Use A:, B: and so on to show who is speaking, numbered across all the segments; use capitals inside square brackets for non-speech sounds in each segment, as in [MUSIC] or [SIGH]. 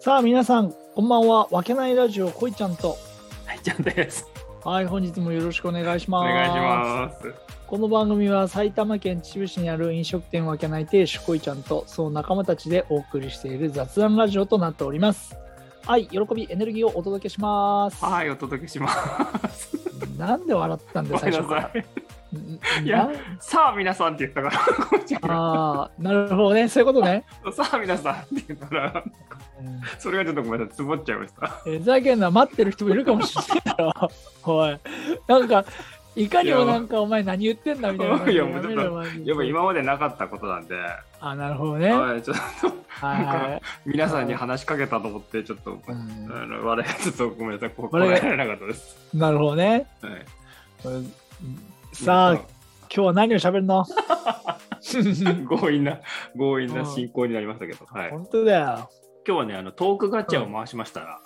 A: さあ皆さんこんばんはわけないラジオこいちゃんと
B: はい、ちゃんです。
A: はい本日もよろしくお願いし
B: お
A: ます
B: 願いします。
A: この番組は埼玉県秩父市にある飲食店わけない亭主こいちゃんとその仲間たちでお送りしている雑談ラジオとなっております愛喜びエネルギーをお届けします
B: はい、お届けします。
A: なんで笑ったんだ
B: ご
A: よ最初
B: めんな
A: から
B: さい。
A: ん
B: いや
A: な
B: さあ、皆さんって言ったから、こっちが
A: ああなるほどねそういうことね、
B: さあ、皆さんって言ったから、
A: うん
B: それがちょっとごめんなさい、つぼっちゃいました。
A: ふざけんな待ってる人もいるかもしれないだろ [LAUGHS] おいなんかいかにもなんかお前何言ってんだみたいな感じで
B: [LAUGHS] いやもうちょっと
A: めろマジで
B: やっぱ今までなかったことなんで、
A: あなるほどねはい
B: はい、ちょっと
A: は
B: 皆さんに話しかけたと思って、ちょっと、
A: い、う
B: あ
A: ん、
B: の我々、ちょっとごめんなさい、ここ
A: 我
B: ら
A: 々
B: えられなかったです。
A: なるほどね、
B: はい、
A: うんさあ今日は何を喋るの [LAUGHS]
B: 強引な、強引
A: う
B: なん進行になりましたけど、はい、
A: 本当だよ
B: 今日はね、あのトークガチャを回しましたら、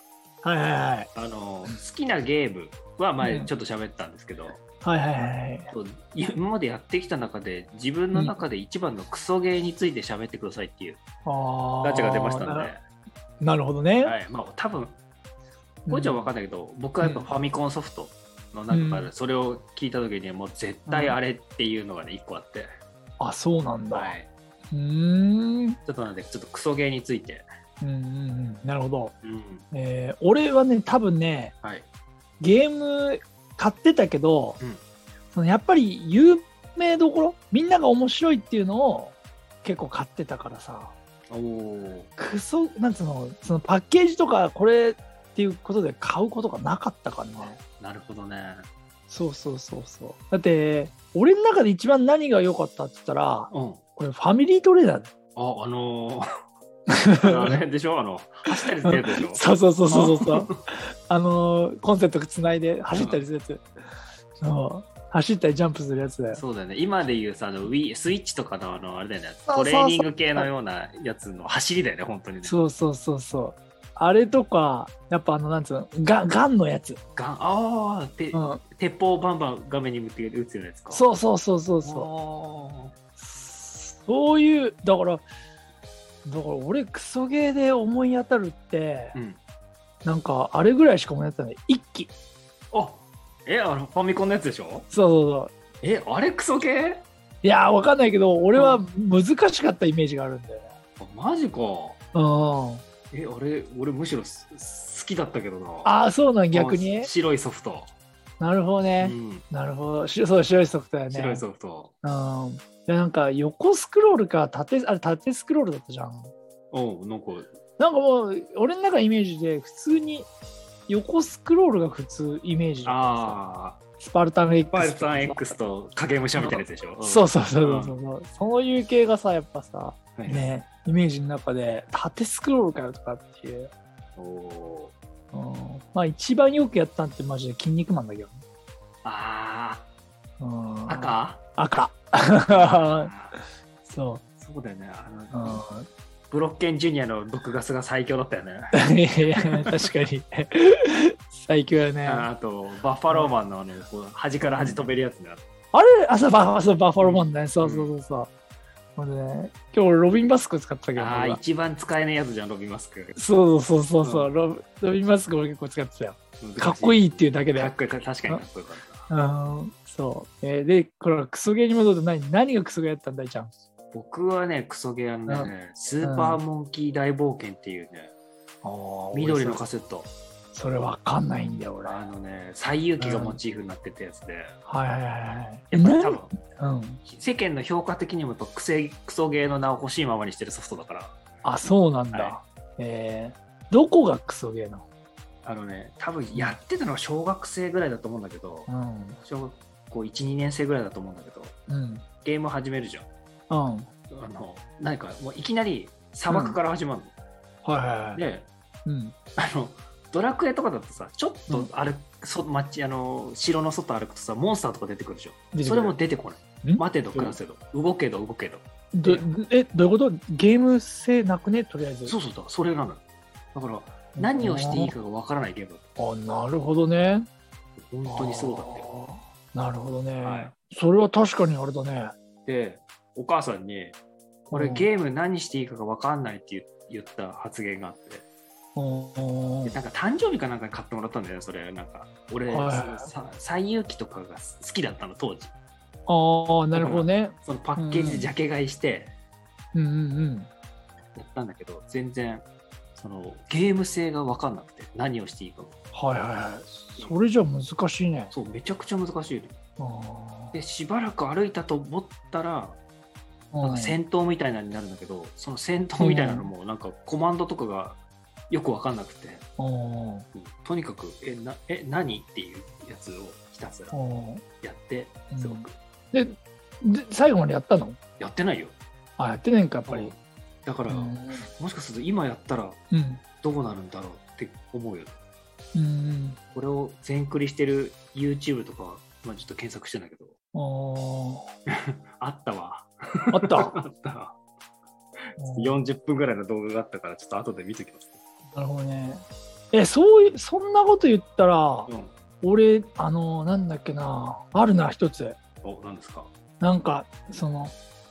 A: はいはいはい
B: あの好きなゲームは前ちょっと喋ったんですけど、
A: はいはいはい
B: そう今までやってきた中で自分の中で一番のクソゲーについて喋ってくださいっていう
A: あー
B: ガチャが出ましたんで、
A: ななるほどね、
B: はいまあ、多分こいちゃんは分かんないけど、僕はやっぱファミコンソフトの中からそれを聞いた時にもう絶対あれっていうのがね1個あって、
A: あそうなんだ、
B: はい、
A: うーん
B: ちょっとなんでちょっとクソゲーについて、
A: うんうんうんなるほど、
B: うん
A: えー俺はね多分ね
B: はい、
A: ゲーム買ってたけど、
B: うん
A: そのやっぱり有名どころみんなが面白いっていうのを結構買ってたからさ
B: おお
A: クソなんつうのそのパッケージとかこれっていうことで買うことがなかったからな
B: なるほどね
A: そうそうそうそうだって俺の中で一番何が良かったって言ったら
B: うん
A: これファミリートレーダーだ
B: あ [LAUGHS] あのーあのあれでしょあの走ったりするやつでしょ
A: そうそうそうそうそうそう [LAUGHS] あのーコンセントつないで走ったりするやつ、そう走ったりジャンプするやつだよ
B: そうだよね今でいうさあの Wii スイッチとかのあのあれだよね
A: そうそうそう
B: トレーニング系のようなやつの走りだよね本当にね
A: そうそうそうそう。あれとか、やっぱあの、なんつうの、ガンガンのやつ。
B: ガンああて、
A: うん。
B: 鉄砲をバンバン画面に向けて打つようなやつかう
A: そうそうそうそうそう。そういう、だから、だから俺、クソゲーで思い当たるって、
B: ん、
A: なんか、あれぐらいしか思い当たらない。一気。
B: あえあのファミコンのやつでしょ
A: そうそうそう。
B: えあれクソ系
A: いやー、わかんないけど、俺は
B: う
A: 難しかったイメージがあるんだよね。
B: あマジか
A: うん。
B: えあれ俺むしろす好きだったけどな
A: ああ、そうなん、逆
B: あ
A: に。
B: 白いソフト、
A: なるほど
B: う
A: ね。
B: ん、
A: なるほど。しそう、白いソフトだよね。
B: 白いソフト
A: うん。で、なんか、横スクロールか、縦、あれ、縦スクロールだったじゃん。
B: うんなんか
A: なんかもう、俺の中のイメージで、普通に横スクロールが普通イメージだったん
B: ああ
A: ですよスパルタン X
B: パイルタン X と影武者みたいなやつでしょ、
A: そうそうそうそうそう、そういう系がさ、やっぱさ、
B: うん、はい
A: ね、イメージの中で、縦スクロールからとかっていう。
B: おお
A: うん、まあ、一番よくやったんって、マジで筋肉マンだけどね。
B: あ
A: うん
B: あ、赤
A: 赤。
B: [LAUGHS] あー
A: そ
B: そうだよね。あ
A: う。う
B: の
A: ん [LAUGHS]
B: ブロッケンジュニアの毒ガスが最強だったよね。
A: いや確かに最強やね
B: あ
A: あ
B: あと、バッファローマンのあのこう端から端飛べるやつね。
A: れ [LAUGHS] 朝バそうバッファローマンねそうそうそうそう、ほんでね今日俺ロビンバスク使ったけど
B: ああ、
A: 俺は
B: 一番使えないやつじゃん、ロビンマスク。
A: そうそうそうそう、うロロビン・マスク俺結構使ってたよ。かっこいいっていうだけで
B: かっ。こいい、確かにかっこよかっ
A: うん、そう。えーで、これはクソゲーに戻ると何何がクソゲーやったんだいちゃん。
B: た。僕はね、クソゲーやんだよね、スーパーモンキー大冒険っていうね、緑のカセット。
A: それわかんないんだよ、俺。は
B: あのね、西遊記がモチーフになってたやつで、
A: いはいはいはい。
B: やっぱり多分、
A: なんうん。
B: 世間の評価的にもやっぱクセクソゲーの名を欲しいままにしてるソフトだから。
A: あ、そうなんだ。
B: は
A: えーどこがクソゲーなの
B: あのね、多分やってたのは小学生ぐらいだと思うんだけど、
A: うん。
B: 小学校1、2年生ぐらいだと思うんだけど、
A: うん。
B: ゲーム始めるじゃん。
A: うん。はい
B: あの、何か、もういきなり砂漠から始まるの。
A: はいはい。
B: で、
A: うん。
B: あの、ドラクエとかだとさ、ちょっと歩く、そ街あの城の外歩くとさ、モンスターとか出てくるでしょ。
A: 出てくる
B: それも出てこない。
A: ん
B: 待てど暮らせど、動けど動けど。
A: どえ、どういうことゲーム性なくねとりあえず。
B: そうそうだ、それなのよ。だから、何をしていいかがわからないゲームだっ
A: あ、なるほどね。
B: た。本当にそうだったよ。
A: あーなるほどね、
B: はい
A: それは確かにあれだね。
B: で、お母さんに、俺ゲーム何していいかが分かんないって言言った発言があって、
A: お
B: で
A: ー
B: なんか誕生日かなんかに買ってもらったんだよねそれなんか俺、
A: はい
B: さ西遊記とかが好きだったの当時
A: ああ、なるほどね。
B: そのパッケージでジャケ買いして
A: うんうんうん。
B: やったんだけど、全然そのゲーム性が分かんなくて何をしていいかも
A: はいはいはい。それじゃ難しいね。
B: そうめちゃくちゃ難しいの
A: あ
B: でしばらく歩いたと思ったら
A: ー
B: なんか戦闘みたいなのになるんだけど、その戦闘みたいなのもなんかコマンドとかがよく分かんなくて、
A: うん
B: うんとにかく「えなえ何?」っていうやつをひたすら
A: うん
B: やって
A: うん
B: すごく
A: でで最後までやったの
B: やってないよ
A: あやってないんかやっ
B: やっぱ
A: ぱ
B: り
A: り。
B: だから、
A: うん
B: もしかすると今やったら
A: うん
B: どうなるんだろうって思うよね
A: うん
B: これを全クリしてる YouTube とか、まあ、ちょっと検索してんだけど
A: あー
B: あったわ
A: あった
B: [LAUGHS] あったわ
A: うん
B: 40分ぐらいの動画があったからちょっと後で見ときます、
A: なるほどねえそういうそんなこと言ったら
B: うん、
A: 俺あのなんだっけなあるな一つ
B: お何ですか
A: なんかその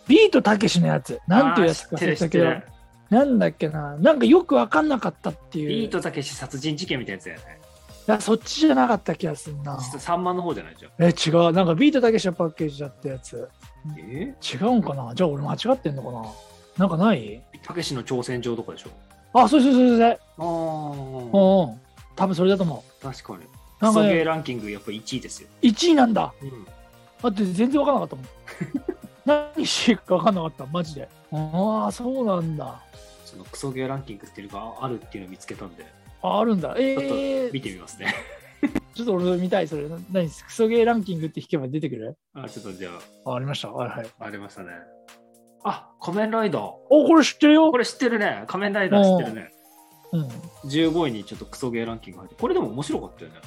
A: ビートたけしのやつなんていうやつか
B: あー知ってる知
A: た
B: って
A: けど
B: る
A: なんだっけななんかよく分かんなかったっていう
B: ビー
A: い
B: トたけし殺人事件みたいなやつだよね
A: やそっちじゃなかった気がするな
B: 実は3万の方じゃないじゃん
A: え違うなんかビートたけしのパッケージだったやつ
B: え
A: 違うんかなじゃあ俺間違ってんのかななんかない
B: たけしの挑戦状とかでしょ
A: あそうそうそうそうう
B: あ
A: んうん多分それだと思
B: あ確か
A: う
B: に
A: なん
B: ク
A: か、
B: ソゲー
A: ね、
B: ランキングやっぱ1位ですよ、
A: 1位なんだ
B: うん、
A: だって全然分からなかったもん
B: [LAUGHS]
A: 何していいか分かんなかったマジでああそうなんだ
B: そのクソゲーランキングっていうのがあるっていうのを見つけたんで
A: ああるんだええ
B: 見てみますね [LAUGHS]
A: ちょっと俺見たいそれな何クソゲーランキングって引けば出てくる
B: あちょっとじゃあ
A: あありましたはいはい
B: ありましたね。あ仮面ライダー。
A: おこれ知ってるよ
B: これ知ってるね。仮面ライダー知ってるね。
A: うんい
B: 15位にちょっとクソゲーランキング入ってこれでも面白かったよね。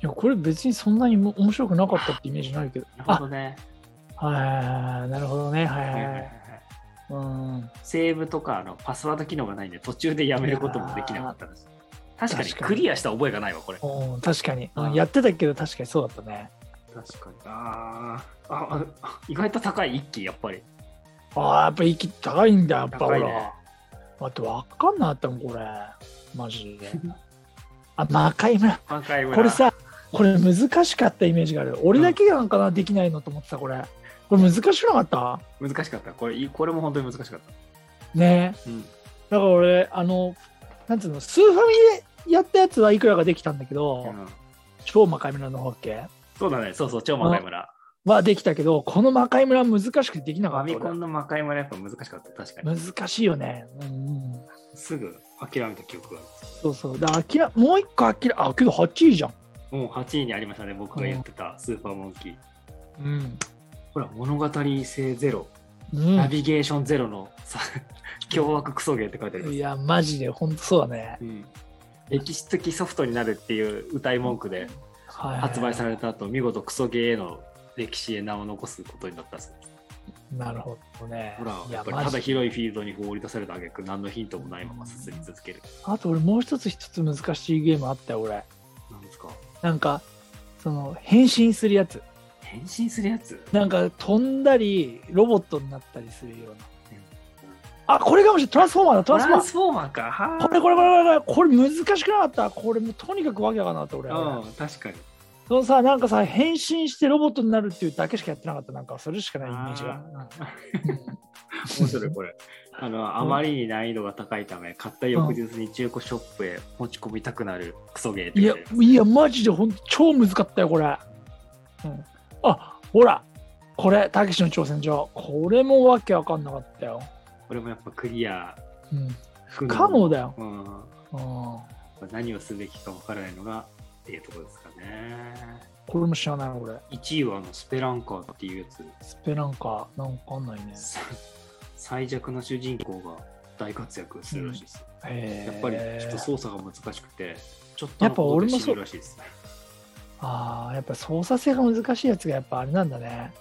A: やこれ別にそんなにも面白くなかったってイメージないけど
B: なるほ
A: あ
B: どね。
A: はいなるほどねはい
B: は
A: はいい
B: はい
A: は
B: は
A: いいうん
B: セーブとかのパスワード機能がないんで途中でやめることもできなかったです。確かに
A: 確かに
B: クリアした覚えがないわ、これ。
A: おー確かに、うん
B: うん
A: やってたけど確かにそうだったね
B: 確かに。あーああ、意外と高い一機、やっぱり。
A: ああやっぱ息高いんだやっぱほ
B: 高いね
A: ら。待って分かんなかったもんこれマジで
B: [LAUGHS]
A: あ魔界村
B: 満開村
A: これ、さこれ難しかったイメージがある俺だけなんかな、できないのと思ってたこれこれ難しくなかっ
B: 難しかった。これ、いこれも本当に難しかった。
A: たね
B: うん。
A: だから俺あのなんつうのスーファミでやったやつはいくらかできたんだけど、
B: うん
A: 超魔界村の方っけ
B: そうだね。そうそう、超満開村。
A: はできたけどこの魔界村は難しくてできな
B: フ
A: か
B: ァ
A: った
B: ミコ
A: 俺
B: ンの魔界村やっぱ難しかった。確かに。
A: 難しいよねうん、うん、
B: すぐ諦めた記憶があるんですよ。
A: そうそうだからあきらもう一個あきらあけど8位じゃん
B: もう8位にありましたね、僕が言ってたスーパーモンキー。
A: うん、
B: ほら、物語性ゼロ、
A: うん
B: ナビゲーションゼロの
A: [LAUGHS]
B: さ凶悪クソゲーって書いてあります。
A: いやマジで本当そうだね、
B: うん歴史的ソフトになるっていう歌い文句で
A: はい
B: 発売された後、見事クソゲーへの歴史へ名を残すことになったそうです。
A: なるほどね
B: ほら、
A: い
B: や
A: や
B: っぱり
A: マ
B: た
A: ジ
B: だ広いフィールドに放り出された挙句何のヒントもないまま進み続ける。
A: あと俺もう一つ一つ難しいゲームあったよ俺
B: なんですか
A: なんかその変身するやつ
B: 変身するやつ
A: なんか飛んだりロボットになったりするようなあこれかもしれないトランスフォーマーだト
B: ト
A: ランスフォ
B: ラ
A: ー
B: ン
A: マー
B: スフォーマーか。は
A: これこれこれこれこれ難しくなかったこれもうとにかくわけわかんなかった俺、
B: ーうん、確かに。
A: そのさなんかさ変身してロボットになるっていうだけしかやってなかったなんかそれしかないイメージが
B: あ
A: う
B: ー
A: ん
B: [LAUGHS] 面白いこれあのあまりに難易度が高いため買った翌日に中古ショップへ持ち込みたくなるクソゲーって
A: い
B: 書
A: や
B: てあります
A: いやマジでほんと超難かったよこれ、うん、あほらこれたけしの挑戦状これもわけわかんなかったよ、
B: これもやっぱクリア
A: うん、
B: 不
A: 可能だよ、
B: うんま
A: うん、
B: あ何をすべきかわからないのがっていうところですかね
A: これも知らないこれ
B: 1位はあのスペランカーっていうやつ
A: スペなんかなんかあんないね
B: さ最弱の主人公が大活躍するらしいです、
A: へー
B: やっぱりちょっと操作が難しくてちょっとの
A: やっぱ俺
B: こ
A: もそ
B: とで
A: う
B: 死ぬらしいですね
A: あーやっぱ操作性が難しいやつがやっぱあれなんだね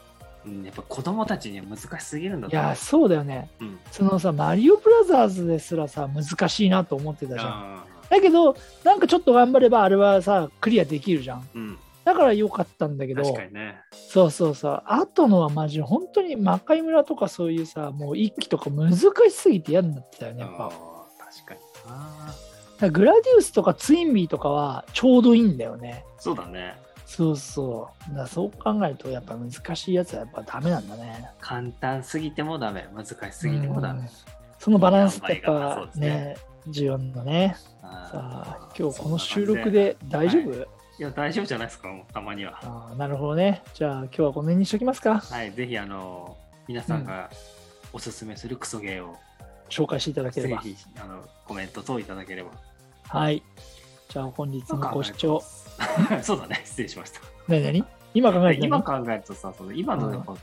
B: うんやっぱ子供たちには難しすぎるんだ
A: い
B: と思う
A: やそうだよね
B: うん
A: そのさマリオブラザーズですらさ難しいなと思ってたじゃん
B: あー
A: だけどなんかちょっと頑張ればあれはさクリアできるじゃん
B: うん
A: だから良かったんだけど
B: 確かにね
A: そうそうそう。あとのはマジ、本当に魔界村とかそういうさ、もう一期とか難しすぎて嫌になってたよね、やっ
B: あ
A: ぱ
B: ー。確かにな
A: らグラディウスとかツインビーとかはちょうどいいんだよね。
B: そうだね。
A: そうそう。だからそう考えると、やっぱ難しいやつはやっぱダメなんだね。
B: 簡単すぎてもダメ。難しすぎてもダ
A: うん
B: メ。
A: そのバランスってやっ
B: いい塩梅がそ
A: ぱ
B: うです
A: ね、
B: ね
A: 重要なんだね。さ
B: あ
A: あ
B: ー、
A: 今日この収録。で大丈夫、
B: そんな感じいや、大丈夫じゃないですか、もうたまには。
A: ああなるほどね。じゃあ今日はこの辺にしときますか。
B: はい、ぜひ、あの、皆さんがおすすめするクソゲーを、
A: 紹介していただけれ
B: ぜ
A: ば。
B: ひ、あの、コメント等いただければ。
A: はい。じゃあ本日のご視聴。
B: そうだね、 [LAUGHS] 失礼しました。
A: 何何今考えて
B: 今
A: 何
B: 考えるとさ、その今のやっぱ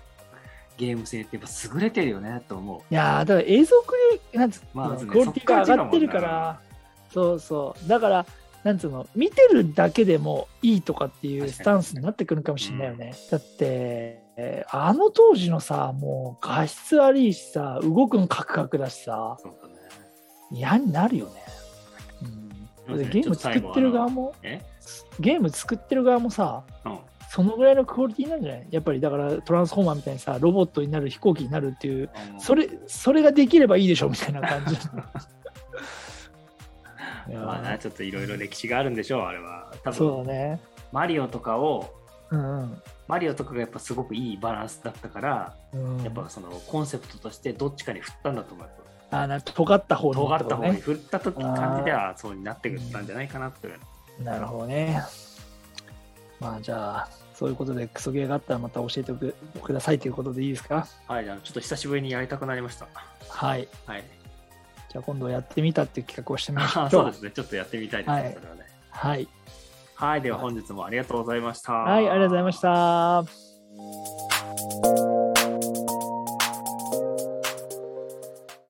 B: ゲーム性ってやっぱ優れてるよねと思
A: いやーだから映像クリなんつうの、
B: まあ
A: クオリティが上がってるからそうそうだからなんつうの見てるだけでもいいとかっていう
B: 確かに
A: スタンスになってくるかもしれないよね、だってえーあの当時のさもう画質悪いしさ動くのカクカクだしさ
B: う。そうだね。
A: 嫌になるよね、うん、
B: そうで
A: です
B: ね
A: ゲーム作ってる側も
B: え
A: ゲーム作ってる側もさ
B: うん。
A: そのぐらいのクオリティなんじゃないやっぱりだからトランスフォーマーみたいにさロボットになる飛行機になるっていうそれそれができればいいでしょみたいな
B: [LAUGHS]
A: 感じ。いや
B: まあな、ちょっといろいろ歴史があるんでしょう、あれは。多
A: そう
B: 分
A: だね。
B: マリオとかを、
A: うん
B: マリオとかがやっぱすごくいいバランスだったから、
A: うん。うん、
B: やっぱそのコンセプトとしてどっちかに振ったんだと思う。
A: あなんか尖った方に
B: 尖った
A: こ
B: 方
A: と
B: に
A: ね。
B: 振った時感じではそうになってくったんじゃないかなって。
A: なるほどね。まあじゃあそういうことでクソゲーがあったらまた教えてくくださいということでいいですか。
B: はい、じゃあちょっと久しぶりにやりたくなりました。
A: はい。
B: [LAUGHS] はい。
A: じゃあ今度やってみたっていう企画をしてみましょ
B: [LAUGHS] あ
A: う。
B: ーそうですね、ちょっとやってみたいですね、
A: はい
B: それはね。
A: はい。
B: はい、では本日もありがとうございました。
A: はいありがとうございました。